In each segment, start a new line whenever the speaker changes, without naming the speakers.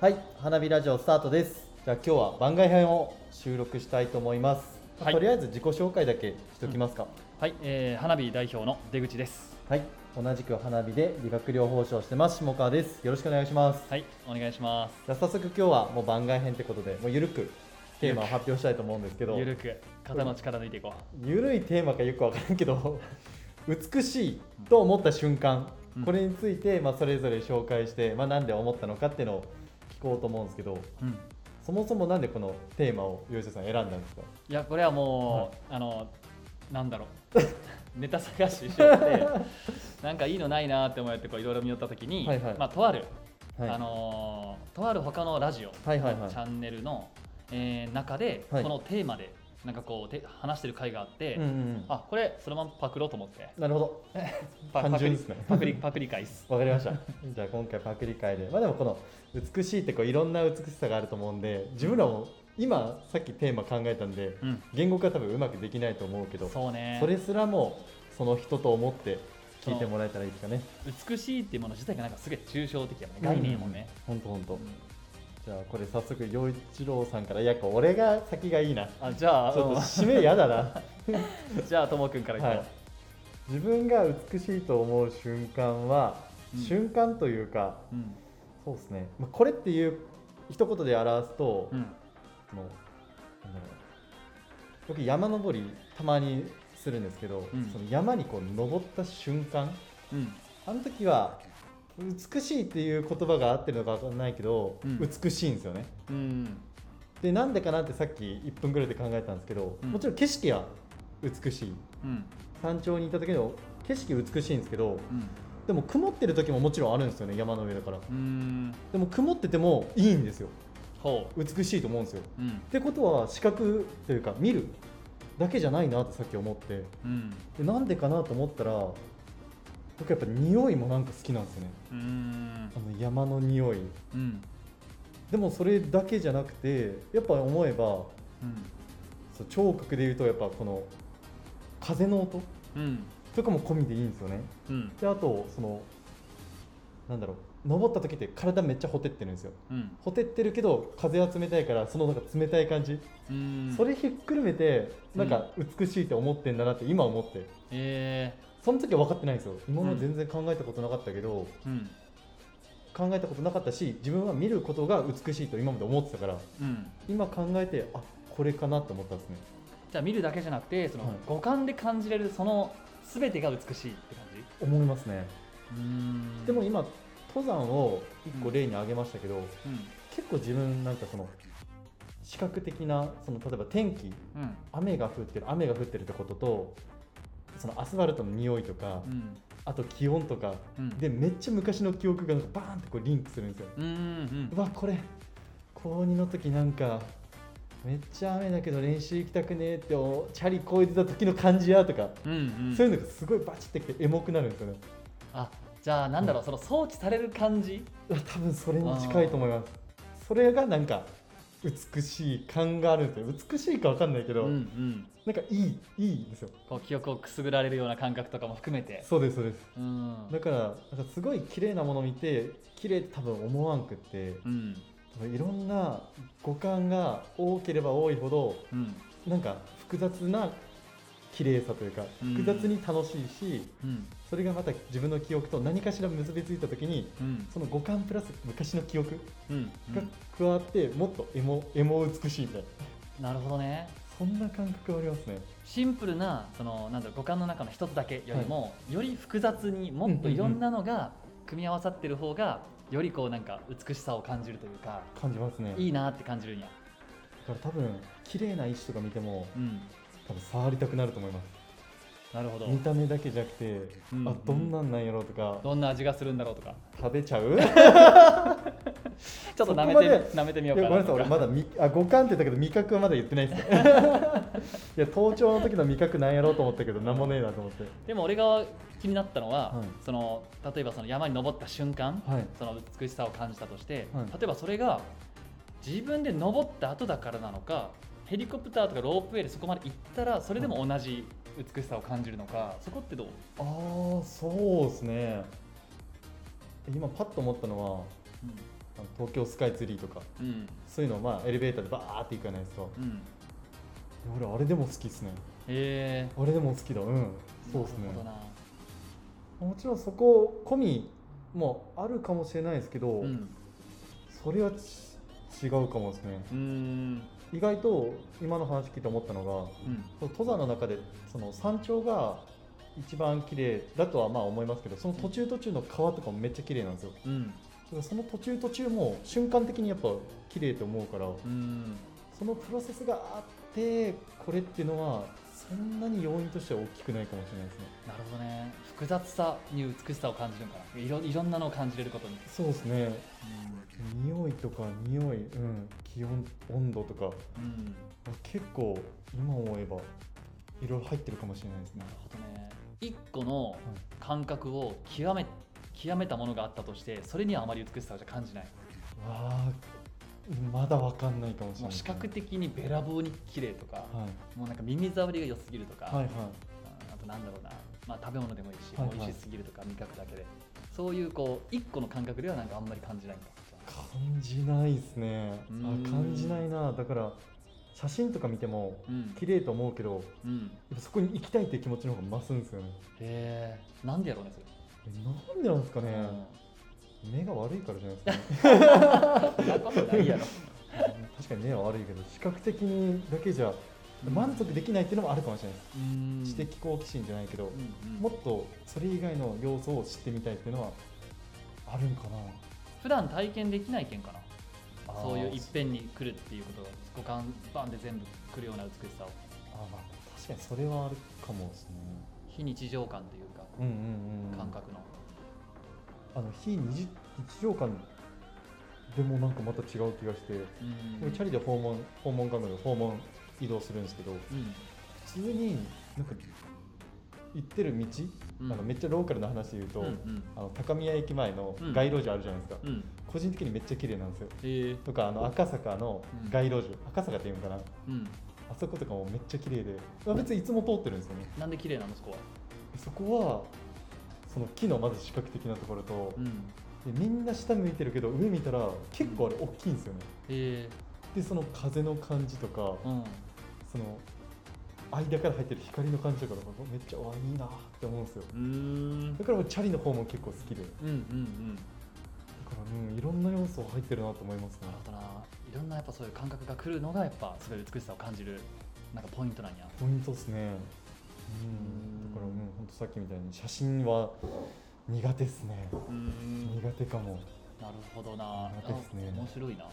はい、花火ラジオスタートです。じゃあ今日は番外編を収録したいと思います。まあ
はい
とりあえず自己紹介だけしておきますか。
はい、えー、花火代表の出口です。
はい、同じく花火で理学療法士をしてます下川です。よろしくお願いします。
はい、お願いします。
じゃあ早速今日はもう番外編ってことで、もうゆるくテーマを発表したいと思うんですけど、
ゆるく肩の力抜いていこ
ゆるいテーマかよくわからんけど美しいと思った瞬間
うん
これについてまあそれぞれ紹介して、まあ、なんで思ったのかっていうのを聞こうと思うんですけど
う。うん。
そもそもなんでこのテーマを吉田さん選んだんですか
いや、これはもう、あの、なんだろう。 ネタ探ししちゃ って、なんかいいのないなーって思ってこういろいろ見よったときに、
はいはい
まあとある、
はい、
あのーとある他のラジオ、
はいはいはい
チャンネルの、えー中で、
はい
このテーマでなんかこうて話してる回があって、
うんうんうん
あこれそのままパクろうと思って、
なるほど
パ
単純ですね
パクリパクリ会 っす。
わかりましたじゃあ今回パクリ会でまあでもこの美しいってこういろんな美しさがあると思うんで自分らも今さっきテーマ考えたんで
うん。
言語化多分うまくできないと思うけど
そうね。
それすらもその人と思って聞いてもらえたらいいですかね
美しいっていうもの自体がなんかすげえ抽象的やもんね概念やもんね、
ほんとほんと
うん
じゃあこれ早速陽一郎さんからいやこれ俺が先がいいなち
あじゃ
ょ
あ
っと締めやだ な
うんじゃあともくんからいこう、
はい自分が美しいと思う瞬間は、
うん
瞬間というか
うん
そうですね、まあ、これっていう一言で表すと、
うん
そのなんだろう僕山登りたまにするんですけど、
うん
その山にこう登った瞬間
うん
あの時は美しいっていう言葉が合ってるのか分かんないけど、
うん
美しいんですよね
うん
でなんでかなってさっき1分ぐらいで考えたんですけど、
うん
もちろん景色は美しい
うん
山頂にいた時の景色美しいんですけど
うん
でも曇ってる時ももちろんあるんですよね山の上だから
うん
でも曇っててもいいんですよ
ほ
美しいと思うんですよ
ううん
ってことは視覚というか見るだけじゃないなってさっき思って
うん
でなんでかなと思ったら僕やっぱ匂いもなんか好きなんですよね
うん
あの山の匂い
うん
でもそれだけじゃなくてやっぱ思えば
うん
そう聴覚で言うとやっぱこの風の音
うん
とかも込みでいいんですよね
うん
であとそのなんだろう登った時って体めっちゃほてってるんですよ
うん
ほてってるけど風は冷たいからそのなんか冷たい感じ、
うん
それひっくるめてなんか美しいって思ってんだなって今思って
え
その時は分かってないんですよ今まで全然考えたことなかったけど、
ー、うん
考えたことなかったし自分は見ることが美しいと今まで思ってたから
うん
今考えてあこれかなって思ったんですね
じゃあ見るだけじゃなくてその、
はい
五感で感じれるそのすべてが美しいって感じ
思いますね
うん
でも今登山を1個例に挙げましたけど、
うん
結構自分なんかその視覚的なその例えば天気
うん
雨が降ってる雨が降ってるってこととそのアスファルトの匂いとか、
うん
あと気温とか
うん
でめっちゃ昔の記憶がなんかバーンってこうリンクするんですよ。
うんうん
うわこれ高2の時なんかめっちゃ雨だけど練習行きたくねえっておチャリこいでた時の感じやとか、
うんうん
そういうのがすごいバチってきてエモくなるんですよね。
あじゃあなんだろう、その装置される感じ
うわ多分それに近いと思います。それがなんか美しい感があるんですよ。美しいかわかんないけど、
うんうん
なんかいいいいんですよ。
こう記憶をくすぐられるような感覚とかも含めて
そうですそうです。
うん
だからなんかすごい綺麗なもの見て綺麗って多分思わんくって
うん
多分いろんな五感が多ければ多いほど
うん
なんか複雑な綺麗さというか
うん
複雑に楽しいし
うん
それがまた自分の記憶と何かしら結びついた時に
うん
その五感プラス昔の記憶
うんう
が
ん
加わってもっとエモエモ美しいみたいな
なるほどね
そんな感覚がありますね
シンプルなそのなんだろう五感の中の一つだけよりも、より複雑にもっといろんなのが組み合わさってる方がよりこうなんか美しさを感じるというか
感じますねだ
いいなって感じるんや
から多分綺麗な石とか見ても
うん
多分触りたくなると思います
なるほど
見た目だけじゃなくて、
うん
あどんなんなんやろうとか、
どんな味がするんだろうとか
食べちゃうい
ちょ
そ
っと舐
こまで
めて舐めてみよ
や
うか
ご
な
めんなさい俺まだみ あ五感って言ったけど味覚はまだ言ってない ですねいや盗聴の時の味覚なんやろうと思ったけどなんもねえなと思って
でも俺が気になったのは、
はい
その例えばその山に登った瞬間、
はい
その美しさを感じたとして、
はい
例えばそれが自分で登った後だからなのかヘリコプターとかロープウェイでそこまで行ったらそれでも同じ美しさを感じるのかそこってどう
ああそうですね今パッと思ったのはあの東京スカイツリーとか
うん
そういうのをまあエレベーターでバーって行かないと
うん
俺あれでも好きですね
え
あれでも好きだうんそうですね
なるほどな
もちろんそこ込みもあるかもしれないですけど、
うん
それはち違うかもですね
うーん
意外と今の話聞いて思ったのが
うん
その登山の中でその山頂が一番綺麗だとはまあ思いますけどその途中途中の川とかもめっちゃ綺麗なんですよ
うん
だからその途中途中も瞬間的にやっぱ綺麗と思うから
うん
そのプロセスがあってこれっていうのはそんなに要因としては大きくないかもしれないですね
なるほどね複雑さに美しさを感じるのかないろいろんなのを感じれることに、
そうですね匂いとか匂い、うん、気温温度とか
うんうん、な
あ結構今思えばいろいろ入ってるかもしれないですね
るほどね一個の感覚を極め極めたものがあったとしてそれにはあまり美しさをじゃ感じない
わあまだわかんないかもしれな
もう
い
視覚的にべらぼうに綺麗とか、
はい
もうなんか耳障りが良すぎるとか、
はいはい
ああとなんだろうな、まあ、食べ物でもいいし、
はいはい
美味しすぎるとか味覚だけでそういうこう一個の感覚ではなんかあんまり感じないんだ
感じないですねあ
うん
感じないなだから写真とか見ても
うん
綺麗と思うけど
うん
やっぱそこに行きたいっていう気持ちの方が増すんですよね
へえんでやろうねそれ
えなんでなんですかね、
うん
目が悪いからじゃないです かね
そんなことないやろ
確かに目は悪いけど視覚的にだけじゃ満足でき ないっていうのもあるかもしれないです、
うん
知的好奇心じゃないけど、
うんうん
もっとそれ以外の要素を知ってみたいっていうのはあるんかな
普段体験できないけんかな
あー
そういういっぺんに来るっていうこと五感バンで全部来るような美しさを
あ、まあ、確かにそれはあるかもですね
非日常感というか
うんうんうん
感覚の
あの非日常感でもなんかまた違う気がして、
うん
俺チャリで訪問訪問看護で訪問移動するんですけど
うん
普通になんか行ってる道、
うん
あのめっちゃローカルな話で言うと、
うんうん
あの高宮駅前の
うん
街路樹あるじゃないですか、
うん
個人的にめっちゃ綺麗なんですよ
ええ
とかあの赤坂の
うん
街路樹、赤坂っていうのかな
うん
あそことかもめっちゃ綺麗でまあ別にいつも通ってるんですよね
なんで綺麗なのそこは
そこはその木のまず視覚的なところと、
うん
でみんな下向いてるけど上見たら結構あれ大きいんですよね
え
でその風の感じとか
えうん
その間から入ってる光の感じとかなんかめっちゃうわいいなって思うんですよ
うーん
だからもうチャリの方も結構好きでだか
うんうんうん
らうんいろんな要素入ってるなと思いますね
なるほどないろんなやっぱそういう感覚が来るのがやっぱすごい美しさを感じるなんかポイントなんや
ポイントですねう
うん
んだからうんほんとさっきみたいに写真は苦手ですね
うん
苦手かも
なるほどな
苦手っすね
あ面白いな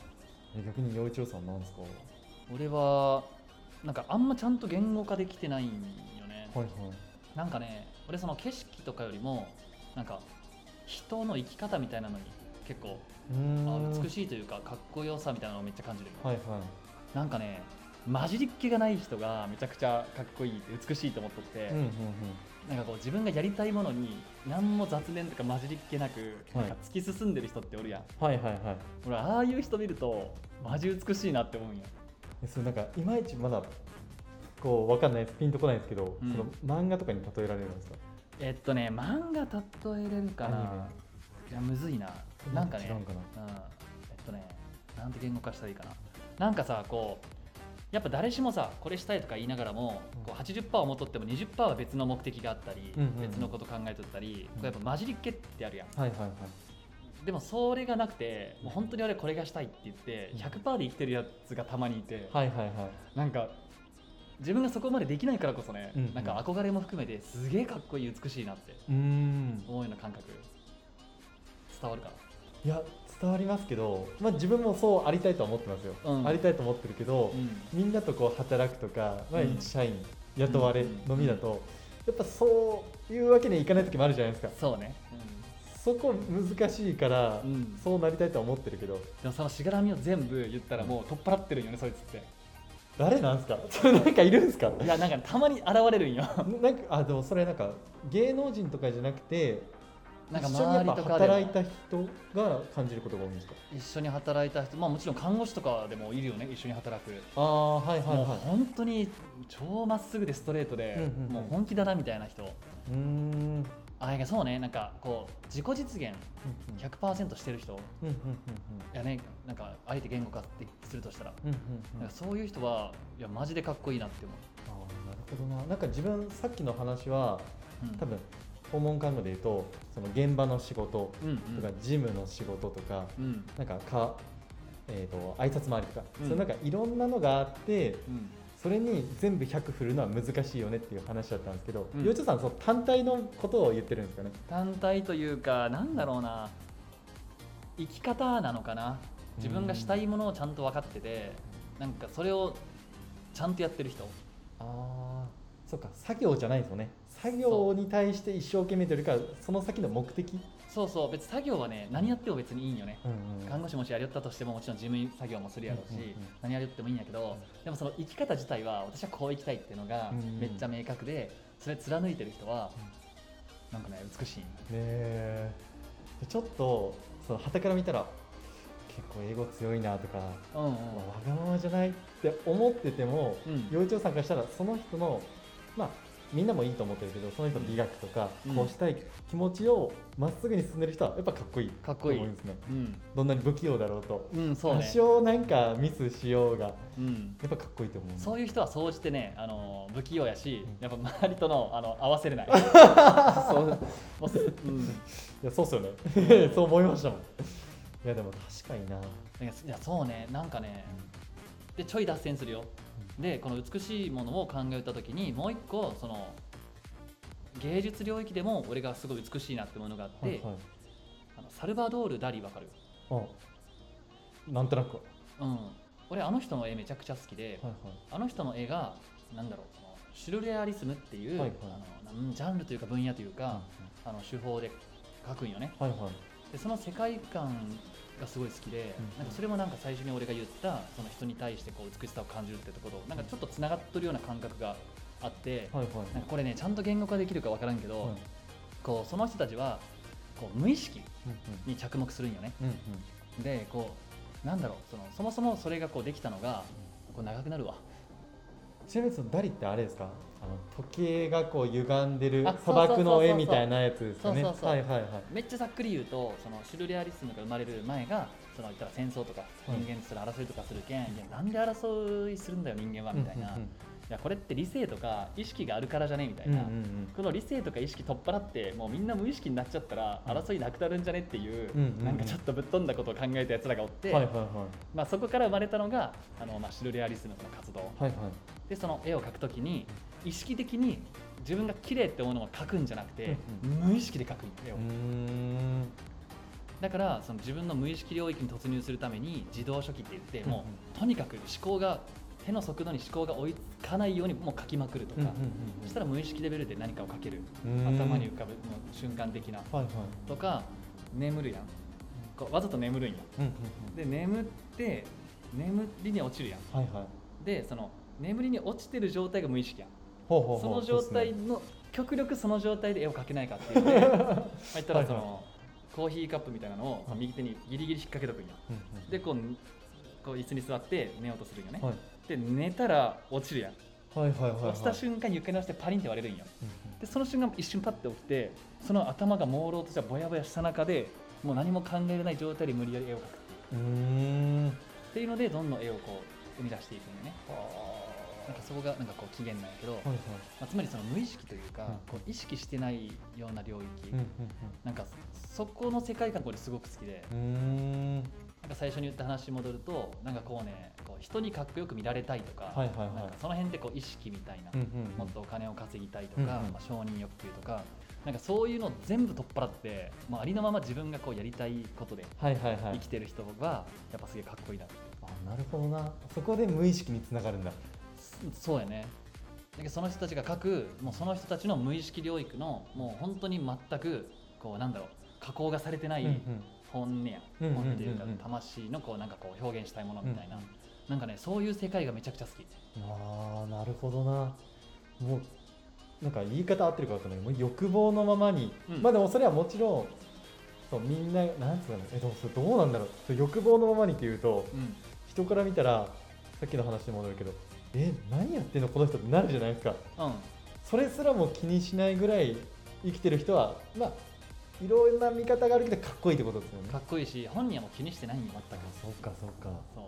え逆に陽一郎さんなんですかは
俺はなんかあんまちゃんと言語化できてないんよね、
いはい
なんかね俺その景色とかよりもなんか人の生き方みたいなのに結構
うー
あ
ん
美しいというかかっこよさみたいなのをめっちゃ感じる
はいはい
なんかね混じりっ気がない人がめちゃくちゃかっこいいって美しいと思っとって、
うんうんうん
なんかこう自分がやりたいものに何も雑念とか混じりっ気なく、
はい
なんか突き進んでる人っておるやん
はいはいはい
俺ああいう人見るとマジ美しいなって思うんや
えそれなんかいまいちまだこうわかんないですピンとこないんですけど、
うん
その漫画とかに例えられるんですか
えっとね漫画例えれるか
アニメ
な、いやむずいななんかね
違うんかな
うん、えっとねなんて言語化したらいいかななんかさこうやっぱ誰しもさこれしたいとか言いながらも、
うん
こう80%を持っとっても20%は別の目的があったり、
うんうんうん
別のこと考えとったり、
うん
こうやっぱ混じりっ気ってあるやん
はいはいはい
でもそれがなくてもう本当に俺これがしたいって言って100%で生きてるやつがたまにいて、
はいはいはい
なんか自分がそこまでできないからこそね、
うんうん
なんか憧れも含めてすげえかっこいい美しいなって
うーん
思うような感覚伝わるか
いや伝わりますけど、まあ、自分もそうありたいとは思ってますよ、
うん
ありたいと思ってるけど
な、、う
み
ん
んなとこう働くとか、まあ、
うん
一社員雇われ
うん
のみだと、やっぱそういうわけにはいかない時もあるじゃないですか
そうね、
そこ難しいから、
うんで
そうなりたいとは思ってるけど
もそのしがらみを全部言ったらもう取っ払ってるんよねそいつって
誰なんですか それなんかいるんですか
いやなんかたまに現れるんよ
なんかあでもそれなんか芸能人とかじゃなくて
なんか
一緒にや
周
っ
り
ぱ
とかでも
働いた人が感じることが多いんですか
一緒に働いた人まあもちろん看護師とかでもいるよね一緒に働く、
ああはいはい
もう
は
本当に超まっすぐでストレートで、
うんうんうん
もう本気だなみたいな人
いうーん
あいやそうねなんかこう自己
う
実現
んうん
100%してる人い
うんうん
やねなんかあえて言語化ってするとしたら、
うんうんうんうん
なんかそういう人はいやマジでかっこいいなって思
あーなるほどななんか自分さっきの話は
う、うん、
多分訪問看護でいうとその現場の仕事
うん
とか事務の仕事とか、
うんうん
なんかか、えー、と挨拶回りとか、
うん
そのなんかいろんなのがあって
うん
それに全部100振るのは難しいよねっていう話だったんですけど、
うん
幼稚さんその単体のことを言ってるんですかね
単体というかなんだろうな生き方なのかな自分がしたいものをちゃんと分かっててなんかそれをちゃんとやってる人
ああそっか作業じゃないんですよね作業に対して一生懸命というよりかその先の目的、
そうそう別に作業はね何やっても別にいいんよね
うん
看護師もしやりよったとしてももちろん事務作業もするやろうし、
うんうんうん
何やりよってもいいんやけどでもその生き方自体は私はこう生きたいっていうのが
うんうん
めっちゃ明確でそれ貫いてる人はなんかね美しい
ねえでちょっとその旗から見たら結構英語強いなとか、
うんうん
わがままじゃないって思ってても、
うん
幼稚園さんからしたらその人のまあみんなもいいと思ってるけどその人の美学とか、
うん
こうしたい気持ちをまっすぐに進んでる人はやっぱかっこいい
かっこいい
と思うんですね
うん
どんなに不器用だろうと
うんそう
多
ね、
少なんかミスしようがや
うん、
っぱかっこいいと思う
そうういう人は総じてね、あの不器用やし
うん、
やっぱ周りとのあの合わせ れない。そうもうすうん
いやそうっすよね そう思いましたもんいやでも確かにな、
なんかいやそうね、なんかね、でちょい脱線するよ。で、この美しいものを考えたときに、もう一個その芸術領域でも俺がすごい美しいなってものがあって、
はいはい
あのサルバドールダリわかる。
あなんとなくは
うん。俺あの人の絵めちゃくちゃ好きで、
いは
あの人の絵がなんだろう、そのシュルレアリスムっていう、
はいはい
あのなんジャンルというか分野というか。
い
あの手法で描くんよね
はいはい
でその世界観がすごい好きで、
うん
なんかそれもなんか最初に俺が言ったその人に対してこう美しさを感じるってところなんかちょっとつながっとるような感覚があって、
はいはい
なんかこれねちゃんと言語化できるか分からんけど、
はい
こうその人たちはこう無意識
うん
に着目するんよね
うんうん
でこうなんだろうそのそもそもそれがこうできたのがこう長くなるわ
ちなみにそのダリってあれですかあの時計がこう歪んでる
あ
砂漠の絵みたいなやつですかね
そうそうそう
はいはいはい
めっちゃざっくり言うとそのシュルレアリスムが生まれる前がその言ったら戦争とか
うん
人間とする争いとかするけん、いやなんで争いするんだよ人間はみたいな、
うん
いやこれって理性とか意識があるからじゃねみたい
うんうん
な、
うん
この理性とか意識取っ払ってもうみんな無意識になっちゃったら
うん
争いなくなるんじゃねっていう、
うんうんうん
なんかちょっとぶっ飛んだことを考えたやつらがおっ
う
て、
んはいはいはい
まあ、そこから生まれたのがあの、まあ、シュルレアリスムの活動
はいはい
でその絵を描くときに意識的に自分が綺麗って思うのを描くんじゃなくて、
うん
無意識で描くんだよ
うーん
だからその自分の無意識領域に突入するために自動書記って言って
う
も
ん
うとにかく思考が手の速度に思考が追いつかないようにもう書きまくるとか、
うんうん
そしたら無意識レベルで何かを書ける
うんうん
頭に浮かぶもう瞬間的な
はいはい
とか眠るやんこうわざと眠るんや
うんうん
で眠って眠りに落ちるやん
うんはいはい
でその眠りに落ちてる状態が無意識やん
ほうほうほう
その状態
そうっすね
の極力その状態で絵を描けないかっていうのでまあ言ったらその、
はい
コーヒーカップみたいなのをまあ右手にギリギリ引っ掛けとくんや
うん
でこうこう椅子に座って寝ようとするんよね、
うんはい
で寝たら落ちるやん、
はいはいはいはい
落ちた瞬間床に落ちてパリンって割れるんよ
うん
でその瞬間一瞬パッて起きてその頭が朦朧としたぼやぼやした中でもう何も考えれない状態で無理やり絵を描く
うんうーん
っていうのでどんどん絵をこう生み出していくんよね
は
なんかそこがなんかこう起源なんやけど、
あはいはい
まあ、つまりその無意識というか、
うん
こう意識してないような領域、
うんうん
なんかそこの世界観これすごく好きで
うんうーん
なんか最初に言った話に戻るとなんかこうねこう人にかっこよく見られたいとか,、
はいはいはい
なんかその辺ってこう意識みたいな、
うんうんうん
もっとお金を稼ぎたいと
うん
か、
うん
まあ、承認欲求とかなんかそういうのを全部取っ払って、まあ、ありのまま自分がこうやりたいことで
はいはいは
生
い
きてる人はやっぱすげえかっこいいなって
あなるほどなそこで無意識につながるんだ
そうやねだけどその人たちが書くもうその人たちの無意識領域のもう本当に全くこうなんだろう加工がされてな
はい
本音や、
うんうんうんうん
本音というか魂のこうなんかこう表現したいものみたいな、なんかねそういう世界がめちゃくちゃ好き
あーなるほどなもうなんか言い方合ってるか分かんないけどもう欲望のままに、
うん
まあでもそれはもちろんそうみんななんつうのえでもそれどうなんだろうそう欲望のままにっていうと
うん
人から見たらさっきの話に戻るけどえ何やってんのこの人ってなるじゃないですか
うん
それすらも気にしないぐらい生きてる人はまあいろんな見方があるけどかっこいいってことですよね
かっこいいし本人はもう気にしてないんよ
あ
全く
そっかそっか
そう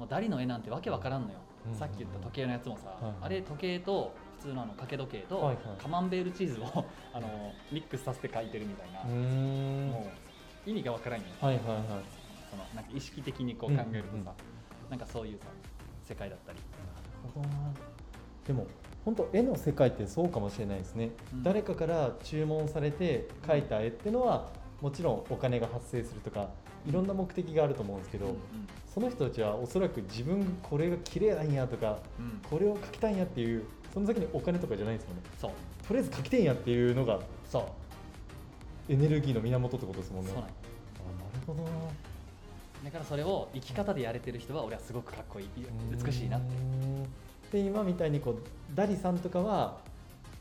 もうダリの絵なんてわけわからんのよ、
うん
さっき言った時計のやつもさ、
いはい
あれ時計と普通のあの掛け時計と、
はいはい
カマンベールチーズを あのミックスさせて描いてるみたいな、
うーんはい
もう意味がわからんよ、
はいは
そのなんか意識的にこう考えるとさ、
うんうん
なんかそういうさ世界だったり
いでも本当絵の世界ってそうかもしれないですね、
うん
誰かから注文されて描いた絵ってのはもちろんお金が発生するとかいろんな目的があると思うんですけど、
うん
その人たちはおそらく自分がこれが綺麗なんやとか
うんうん
これを描きたいんやっていうその先にお金とかじゃないですよね
そう
とりあえず描きてえんやっていうのが
そう
エネルギーの源ってことですもんね
そうなんよ
あなるほどな
だからそれを生き方でやれてる人は俺はすごくかっこいい美しいなって
てで今みたいにこうダリさんとかは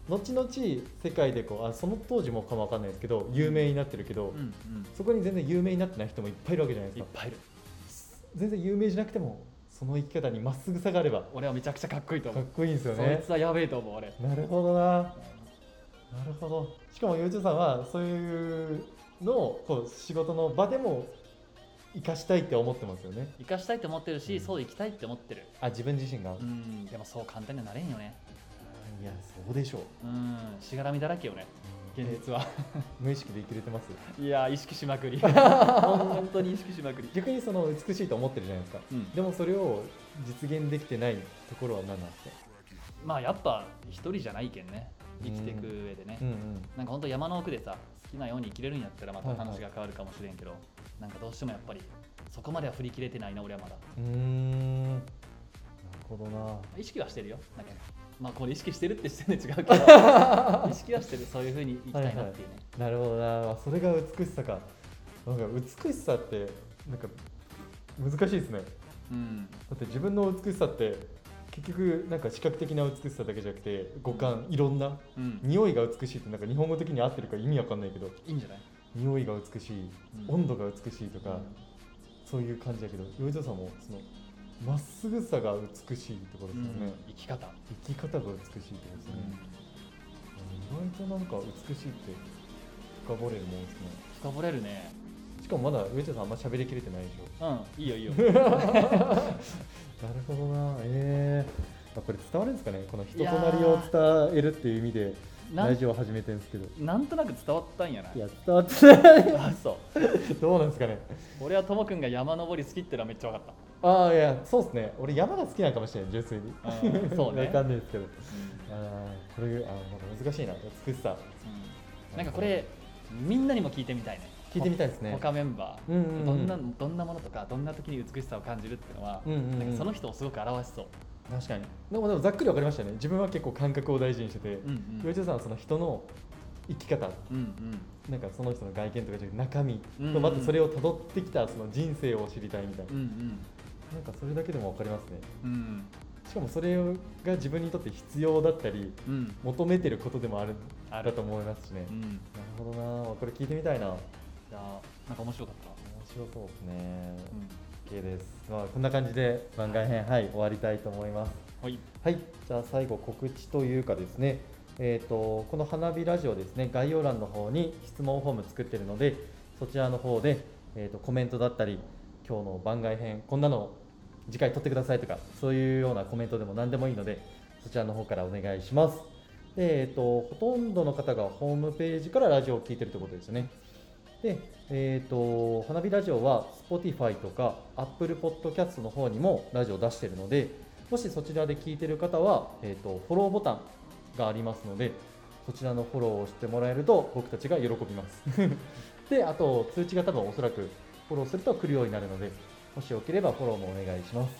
後々世界でこうあその当時もかもわかんないですけど有名になってるけど、
うんうん
そこに全然有名になってない人もいっぱいいるわけじゃない
い
で
っ
すか
ぱいいる
全然有名じゃなくてもその生き方にまっすぐさがあれば
俺はめちゃくちゃかっこいいと
か
思
っ
う
こいいんですよ
そい
ね
つはやべえと思う俺
なるほどななるほどしかもゆうちょさんはそういうのをこう仕事の場でも生かしたいって思ってますよね
生かしたいと思ってるし、
うん
そう生きたいって思ってる
あ自分自身が、
うんでもそう簡単にはなれんよね
いやそうでしょう
うんしがらみだらけよね現実は
無意識で生きれてます
いやー意識しまくり 本当に意識しまくり
逆にその美しいと思ってるじゃないですか
うん
でもそれを実現できてないところは何なんですか
まあやっぱ一人じゃないけんね生きていく上でね、
うんうん
なんか本当山の奥でさ好きなように生きれるんやったらまた
はいはい
話が変わるかもしれんけど、なんかどうしてもやっぱりそこまでは振り切れてないな俺はまだ
うーんなるほどな
意識はしてるよなんかまあこれ意識してるって視点で違う けど意識はしてるそういうふうに生きたいなっていうね、
なるほどなそれが美しさかなんか美しさってなんか難しいですね
うん
だって自分の美しさって結局なんか視覚的な美しさだけじゃなくて五感いろんな
うん
匂いが美しいってなんか日本語的に合ってるか意味わかんないけど
いいんじゃない
匂いが美しい
うん
温度が美しいとか、
うん
そういう感じだけど洋一郎さんもそのまっすぐさが美しいところですよね、
生き方、
生き方が美しいってことですね、意外となんか美しいって深掘れるもんですね
深掘れるね
しかもまだ洋一郎さんあんま喋りきれてないでしょ
うんいいよい いよ
なるほどな、ええこれ伝わるんですかね、この人となりを伝えるっていう意味で、
な
ラ
ん
ジオを始めてるんですけど、
なんとなく伝わったんやない
いや、伝わってない、
あ そう
どうなんですかね、
俺はともくんが山登り好きってのはめっちゃ分かっ
ああ、いや、そうですね、俺、山が好きなのかもしれない、純粋に
あー、そうね
わかんないですけど、
た、
あーこれ、あーなんか難しいな、美しさ、
うんなんかこれみんなにも聞いてみたいね
聞いてみたいですね。
他メンバー、
うんうんうん
どんなどんなものとかどんな時に美しさを感じるっていうのは、
うんうんうん
なんかその人をすごく表しそう、
確かにでもでもざっくり分かりましたね自分は結構感覚を大事にしてて
うんう
洋
ん
一郎さんはその人の生き方
うん
なんかその人の外見とかじゃなくて中身
うんうん
とまたそれを辿ってきたその人生を知りたいみたいな
うんうん
なんかそれだけでも分かりますね
うん
しかもそれが自分にとって必要だったり
うんうん
求めてることでもある
あ
だ
る
と思いますしね、
う
なんるほどなこれ聞いてみたいな面
いやーなんか面白かった、
白そうですね
うん、
OK です、まあ、こんな感じで番外編はい終わりたいと思います
はい
はい、じゃあ最後告知というかですね、えー、とこの花火ラジオですね概要欄の方に質問フォーム作ってるのでそちらの方で、えー、とコメントだったり今日の番外編こんなの次回撮ってくださいとかそういうようなコメントでも何でもいいのでそちらの方からお願いしますで、えー、とほとんどの方がホームページからラジオを聞いてるってことですよねで、えー、と花火ラジオは Spotify とか Apple Podcast の方にもラジオを出してるのでもしそちらで聞いてる方は、えー、とフォローボタンがありますのでそちらのフォローをしてもらえると僕たちが喜びます であと通知が多分おそらくフォローすると来るようになるのでもしよければフォローもお願いします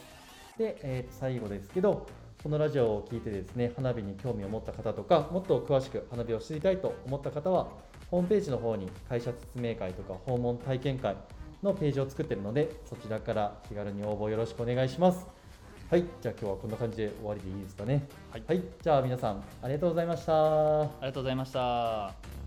で、えーと最後ですけどこのラジオを聞いてですね花火に興味を持った方とかもっと詳しく花火を知りたいと思った方はホームページの方に会社説明会とか訪問体験会のページを作ってるのでそちらから気軽に応募よろしくお願いしますはいじゃあ今日はこんな感じで終わりでいいですかね
はい
はい、じゃあ皆さんありがとうございました
ありがとうございました